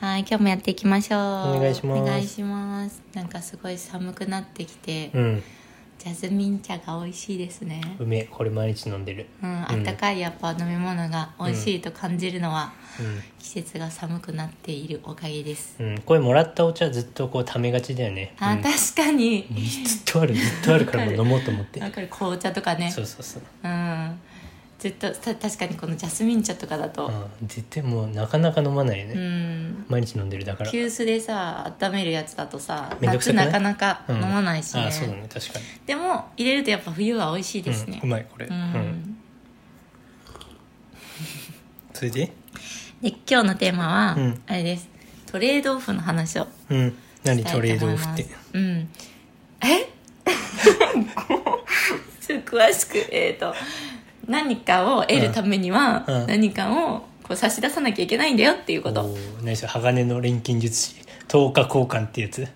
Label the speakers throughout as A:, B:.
A: はい、今日もやっていきましょう。
B: お願いします
A: お願いします。なんかすごい寒くなってきて、
B: うん
A: ジャズミン茶が美味しいですね。
B: うめえこれ毎日飲んでる
A: うん、あったかいやっぱ飲み物が美味しいと感じるのは、季節が寒くなっているおかげです。
B: うん、うん、これもらったお茶ずっとこうためがちだよね
A: あ、
B: うん、ずっ
A: 確かに。
B: とあるずっとあるからもう飲もうと思って
A: なんか紅茶とかね
B: そ。うそうそう、
A: うん。ずっとた確かにこのジャスミン茶とかだと、
B: うん、絶対もうなかなか飲まないよ
A: う
B: ね、
A: ん。
B: 毎日飲んでるだから
A: 急須でさ温めるやつだとさ
B: めんどく
A: 夏
B: さくない
A: なかなか飲まないしね、
B: うん、あそうだね確かに
A: でも入れるとやっぱ冬は美味しいですね
B: うん、うまいこれ、
A: う
B: うん
A: ん
B: それで
A: で今日のテーマは、
B: うん
A: あれですトレードオフの話を
B: うん何
A: した
B: トレ
A: い
B: ー
A: と思
B: ドオ
A: い
B: フ
A: ま
B: っ
A: す
B: て
A: うんえ ちょっと詳しくえっ、と何かを得るためには、
B: うんうん
A: 何かをこう差し出さなきゃいけないんだよっていう
B: お
A: こと
B: ー何それ鋼の錬金術師10日交換ってやつ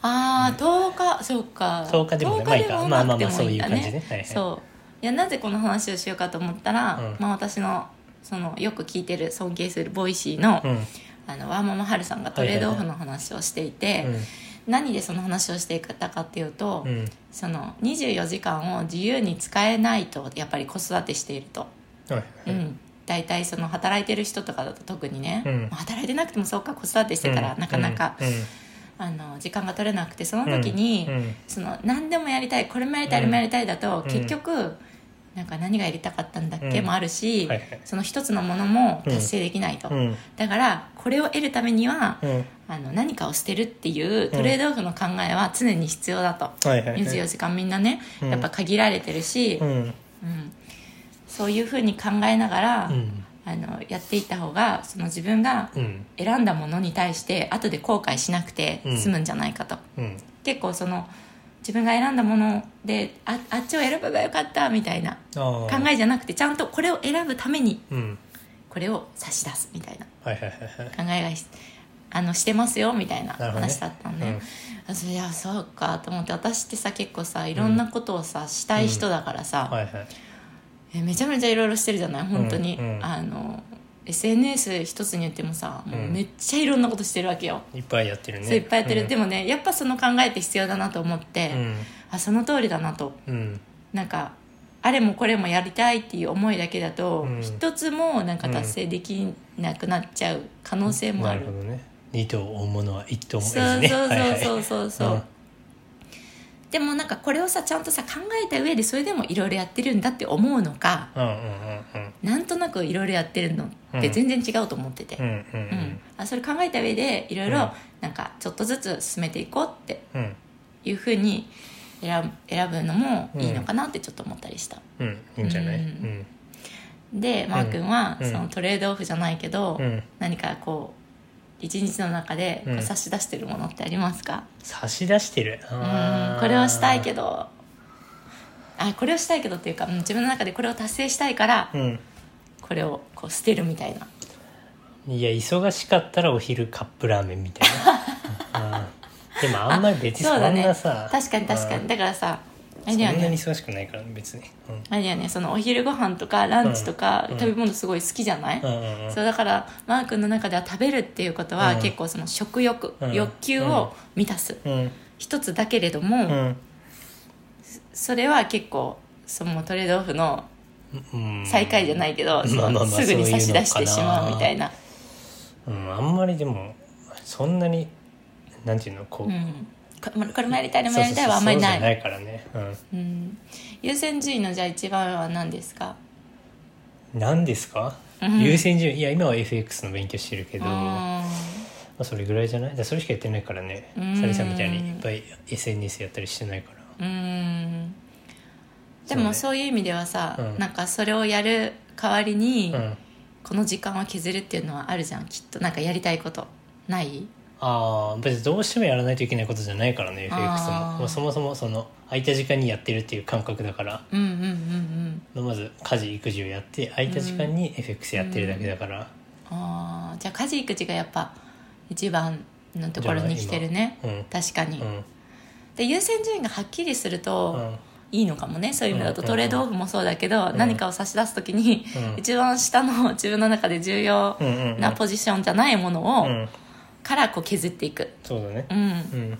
A: ああ、10日そうか
B: 10日でも
A: 10
B: ねまあいいか
A: なくても
B: まあまあ
A: いい
B: まあ
A: んだ
B: そういう感じねはいはい
A: そういやなぜこの話をしようかと思ったら、
B: うん
A: まあ、私のそのよく聞いてる尊敬するボイシーの,、
B: うん、うん
A: あのワーママハルさんがトレードオフの話をしていて、何でその話をしていたかっていうと、
B: うん
A: その24時間を自由に使えないとやっぱり子育てしていると、
B: はい
A: うん、大体その働いてる人とかだと特にね、
B: うん
A: まあ働いてなくてもそうか子育てしてたらなかなか、
B: うんうん
A: あの時間が取れなくてその時に、
B: うん
A: その何でもやりたいこれもやりたいあれもやりたいだと、
B: ん
A: 結局なんか何がやりたかったんだっけ、
B: うん
A: もあるし、
B: はいはい
A: その一つのものも達成できないと、
B: うん
A: だからこれを得るためには、
B: うん
A: あの何かを捨てるっていうトレードオフの考えは常に必要だと、
B: はいはいはい
A: 24時間みんなね、
B: うん
A: やっぱ限られてるし、
B: うん
A: うんそういうふうに考えながら、
B: うん
A: あのやっていった方がその自分が
B: うん
A: 選んだものに対して後で後悔しなくて
B: うん
A: 済むんじゃないかと、
B: うん
A: 結構その自分が選んだものでああっちを選べばよかったみたいな
B: あ
A: 考
B: あ
A: えじゃなくてちゃんとこれを選ぶために
B: うん
A: これを差し出すみたいな
B: はいはいはいはい
A: 考えがしあのしてますよみたいな
B: なるほどね
A: 話だったんで、あそりゃそうかと思って私ってさ結構さいろんなことをさ、したい人だからさ、
B: はいはい
A: えめちゃめちゃいろいろしてるじゃない本当に、
B: うんうん
A: あの SNS 一つに言ってもさもううんめっちゃいろんなことしてるわけよ、
B: いっぱいやってるね
A: そういっぱいやってる、
B: うん
A: でもねやっぱその考えって必要だなと思って、
B: うん
A: あその通りだなと
B: うん
A: なんかあれもこれもやりたいっていう思いだけだと、
B: うん
A: 一つもなんか達成できなくなっちゃう可能性もあ
B: な
A: る
B: るほどね二頭を追うものは一頭も
A: そう
B: 得ずね
A: そう
B: はい
A: そう
B: はい
A: そうそうそう、
B: うん
A: でもなんかこれをさちゃんとさ考えた上でそれでもいろいろやってるんだって思うのか
B: うんうんうん
A: なんとなくいろいろやってるのって全然違うと思ってて、
B: うんうんうんう
A: うん
B: ん
A: あそれ考えた上でいろい
B: うん
A: ろなんかちょっとずつ進めていこうって
B: うん
A: いうふうに選ぶ選ぶのもいいのかなってちょっと思ったりした、
B: うんいいんじゃないうん
A: でマー君は
B: うん
A: そのトレードオフじゃないけど、
B: うん
A: 何かこう一日の中でこ
B: う
A: うん差し出してるものってありますか、
B: 差し出してる
A: う
B: あ
A: ん
B: ー
A: これをしたいけどあこれをしたいけどっていうかうん自分の中でこれを達成したいから
B: うん
A: これをこう捨てるみたいない
B: や忙しかったらお昼カップラーメンみたいなうんでもあんまり別にそ
A: そうんだね
B: なさ
A: 確かに確かにだからさあ
B: うん
A: れ
B: そん
A: だ
B: な
A: よね
B: に忙しくないから別にうん
A: あれだよねそのお昼ご飯とかランチとか、
B: うん
A: 食べ物すごい好きじゃない、
B: うんうんうん
A: そうだからマー君の中では食べるっていうことは、
B: うん
A: 結構その食欲、
B: うん
A: 欲求を満たす、
B: うん
A: 一つだけれども、
B: うん
A: それは結構そのトレードオフの
B: うん
A: 最下位じゃないけど、
B: まあまあまあ
A: すぐに差し出してしまうみたいな
B: うんあんまりでもそんなになんていうのこう、
A: うんここれもやりたいあれも
B: そう
A: や
B: そ
A: りた
B: うそう
A: いはあんまりない
B: そうじゃないからね、
A: うん、優先順位のじゃあ一番は何ですか
B: うん、何ですか、
A: うん
B: 優先順位いや今は FX の勉強してるけど、ま
A: あ
B: あ、それぐらいじゃないだからそれしかやってないからね
A: うん
B: サリさんみたいにいっぱい SNS やったりしてないから
A: ーうんで
B: そう
A: も
B: ね
A: そういう意味ではさ、
B: うん
A: なんかそれをやる代わりに、
B: うん
A: この時間を削るっていうのはあるじゃんきっとなんかやりたいことない
B: ああ別にどうしてもやらないといけないことじゃないからね FX も
A: あー
B: まあ、そもそもその空いた時間にやってるっていう感覚だから
A: うんうんうんうん
B: まず家事育児をやって空いた時間に FX やってるだけだから、
A: あーじゃあ家事育児がやっぱ一番のところに来てるね
B: じゃない今
A: 確かに、
B: うん
A: で優先順位がはっきりする
B: う
A: と、
B: ん
A: いいのかもねそういう意味だと、
B: うん
A: トレードオフもそうだけど、
B: うん
A: 何かを差し出す時に、
B: うん
A: 一番下の自分の中で重要
B: うんうんうん
A: なポジションじゃないものを、
B: うん
A: からこう削っていく、
B: そうだね
A: うん、
B: うん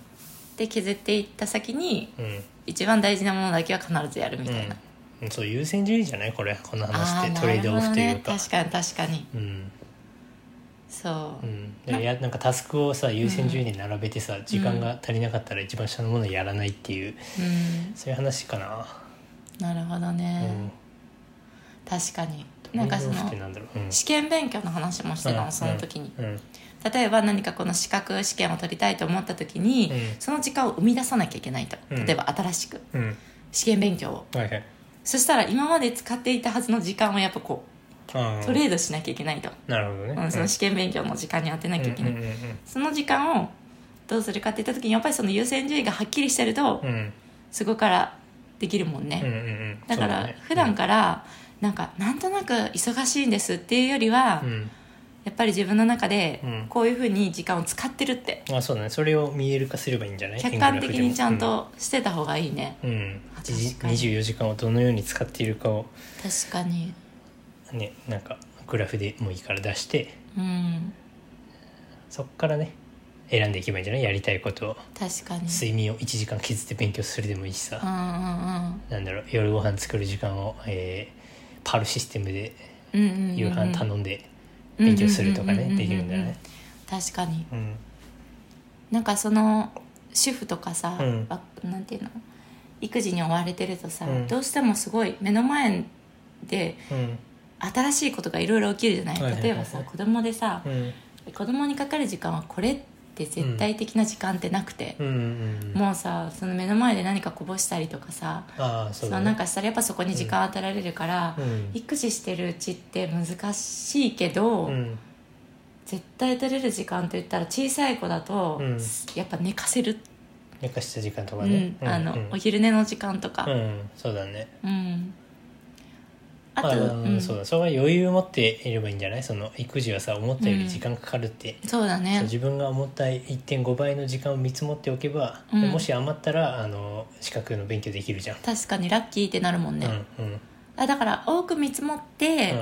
A: で削っていった先に
B: うん
A: 一番大事なものだけは必ずやるみたいな、
B: うんそう優先順位じゃないこれこの
A: あ
B: 話っ
A: ー
B: てトレードオフとい
A: なる
B: う
A: ほど
B: か
A: ね、確かに確かに
B: うん
A: そう、
B: うん、でいやなんかタスクをさ優先順位に並べてさ、時間が足りなかったら一番下のものやらないってい
A: う
B: う
A: ん、
B: そういう話かな、
A: なるほど
B: うん
A: ね、確かになんかそ
B: トレード
A: の
B: オフってなんだろう、うん、
A: 試験勉強の話もしてたのその時に、
B: うんうん
A: 例えば何かこの資格試験を取りたいと思った時に、
B: うん
A: その時間を生み出さなきゃいけないと
B: うん
A: 例えば新しく
B: うん
A: 試験勉強を
B: はいはい
A: そしたら今まで使っていたはずの時間をやっぱこ
B: あ
A: う
B: ー
A: トレードしなきゃいけないと、
B: なるほどね、
A: うん、その試験勉強の時間に当てなきゃいけない、
B: うんうんうん
A: その時間をどうするかって言った時にやっぱりその優先順位がはっきりしてると、
B: うんうん
A: そこからできるもんね、
B: うんうんうん
A: だから
B: そうね
A: 普段からなんかなんとなく忙しいんですっていうよりは、
B: うん、
A: やっぱり自分の中で
B: うん
A: こういうふうに時間を使ってるって
B: あそうだねそれを見える化すればいいんじゃない
A: 客観的にちゃん
B: 円グラ
A: としてた方がいいね、
B: フでもうん、
A: 確かに
B: 24時間をどのように使っているかを
A: 確かに
B: ねなんかグラフでもいいから出して
A: うん
B: そこからね選んでいけばいいんじゃないやりたいことを
A: 確かに
B: 睡眠を1時間削って勉強するでもいいしさ、
A: うんうん
B: なんだろう夜ご飯作る時間を、えーパルシステムで
A: うんうんうんうん
B: 夕飯頼んで勉強するとか
A: うんうんうんうんう
B: ね
A: ん
B: できるんだよね
A: 確かに
B: うん
A: なんかその主婦とかさ、
B: うん
A: わなんていうの育児に追われてるとさ、
B: うん
A: どうしてもすごい目の前で
B: うん
A: 新しいことがいろいろ起きるじゃない
B: はいはいはい
A: 例えばさ子供でさ、
B: うん
A: 子供にかかる時間はこれって絶対的な時間ってなくて、
B: うんうんうん
A: もうさその目の前で何かこぼしたりとかさ
B: ああ
A: そ、
B: そうう
A: な
B: だ
A: ん
B: ね
A: かしたらやっぱそこに時間当てられるから、
B: うん
A: 育児してるうちって難しいけど、
B: うん
A: 絶対取れる時間といったら小さい子だと、
B: うん
A: やっぱ寝かせる、
B: 寝かした時間と
A: う
B: かね
A: んあの
B: うん
A: お昼寝の時間と
B: う
A: か
B: んそうだね
A: うん、あと
B: あ
A: うん
B: そうだそれは余裕を持っていればいいんじゃないその育児はさ思ったより時間かかるって、
A: そうだ
B: そう
A: ね
B: 自分が思った1.5倍の時間を見積もっておけば、
A: うん
B: でもし余ったらあの資格の勉強できるじゃん、
A: 確かにラッキーってなるもんね、
B: うんうん
A: あだから多く見積もって、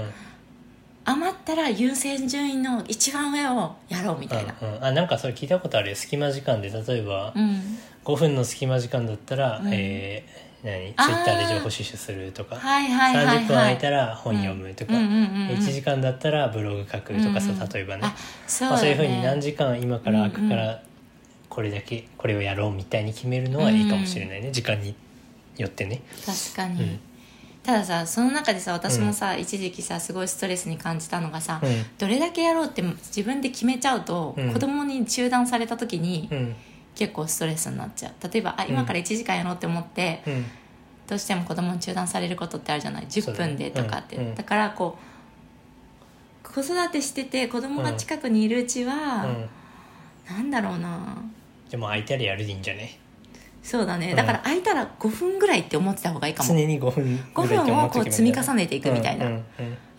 A: 余ったら優先順位の一番上をやろうみたいな
B: うんうん、あなんかそれ聞いたことあるよ隙間時間で例えば、
A: うん、
B: 5分の隙間時間だったら、
A: うん
B: えー
A: あー
B: 何ツイッターで情報収集するとか、
A: はいはいはいはい
B: 30分空いたら本読むとか、
A: うんうんうんうん
B: 1時間だったらブログ書くとかさ、
A: うんうん
B: 例えばね
A: あそう
B: まあ、
A: だ、ね、
B: そういうふうに何時間今から
A: うんうん
B: 空くからこれだけこれをやろうみたいに決めるのはいいかもしれないね、時間によってね。
A: 確かに、
B: うん
A: たださその中でさ私もさ、一時期さすごいストレスに感じたのがさ、
B: うん
A: どれだけやろうって自分で決めちゃうと、
B: うん
A: 子供に中断された時に、
B: うん
A: 結構ストレスになっちゃう例えばあ
B: ん
A: 今から1時間やろうって思って、
B: うん
A: どうしても子供に中断されることってあるじゃない
B: そう
A: 10
B: だね
A: 分でとかってだ,、
B: うんうん
A: からこう子育てしてて子供が近くにいるうちは、
B: うん
A: なんだろうな
B: でも空いたらやるでいいんじゃね
A: そうだね、
B: うん
A: だから空いたら5分ぐらいって思ってた方がいいか
B: 常
A: も
B: に5分
A: 5
B: ぐらいって
A: 分を
B: 思
A: こう
B: っとけばいいんじゃない
A: 積み重ねていくみたいな、
B: うんうん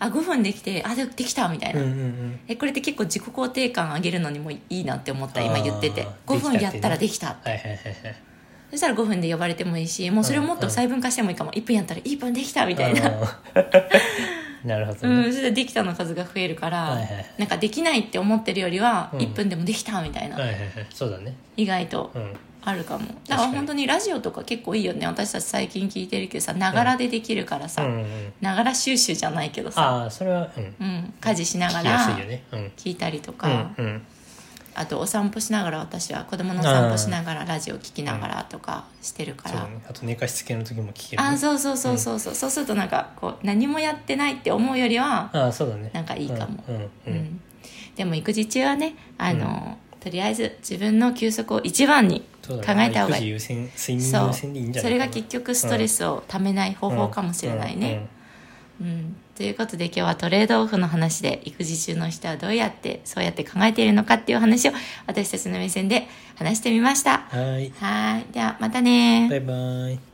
A: あ5分できてあでできたみたい
B: うん
A: な、
B: うんうん
A: えこれって結構自己肯定感上げるのにもいいなって思った
B: あー
A: 今言ってて
B: できた
A: 5分やったら
B: って
A: で
B: ね
A: きた
B: はいはいはい
A: そしたら5分で呼ばれてもいいしもうそれをもっと細分化してもいいかも1分やったら1分できたみた
B: はいい
A: な、
B: うん なるほ ど
A: うん
B: ね、
A: そしたらできたの数が増えるから、
B: はいはい
A: なんかできないって思ってるよりは
B: うん
A: 1分でもできたみたいな、
B: はいはいはいそうだね
A: 意外と
B: うん
A: あるかも
B: か
A: だか
B: に
A: ら本当にラジオとか結構いいよね私たち最近聞いてるけどさながらでできるから
B: う
A: さ
B: んうん
A: ながら収集じゃないけどさ、
B: ああそれはうん
A: うん、家事しなが
B: 聞きやすい
A: ら
B: よねうん
A: 聞いたりとか、
B: うんうん
A: あとお散歩しながら私は子供のお散歩しながらラジオ聞きながらとかしてるか
B: そう
A: ら、
B: だねあと寝かしつけの時も聞けるね
A: あそうそうそうそうそう、そうするとなんかこう何もやってないって思うよりは、
B: ああそうだね
A: なんかいいかも
B: うんうん
A: う
B: うんん
A: でも育児中はねあの、とりあえず自分の休息を一番に
B: そ
A: 考
B: うだね
A: えた方が
B: 育児
A: いい
B: 優先睡眠
A: そ
B: 優
A: う
B: 先でいいんじゃ
A: そ
B: ない
A: れが
B: かな
A: 結局ストレスをためない方法かもしれないねうん、ということで今日はトレードオフの話で育児中の人はどうやってそうやって考えているのかっていう話を私たちの目線で話してみました
B: うんうんうんはい
A: はいではまたね
B: バイバイ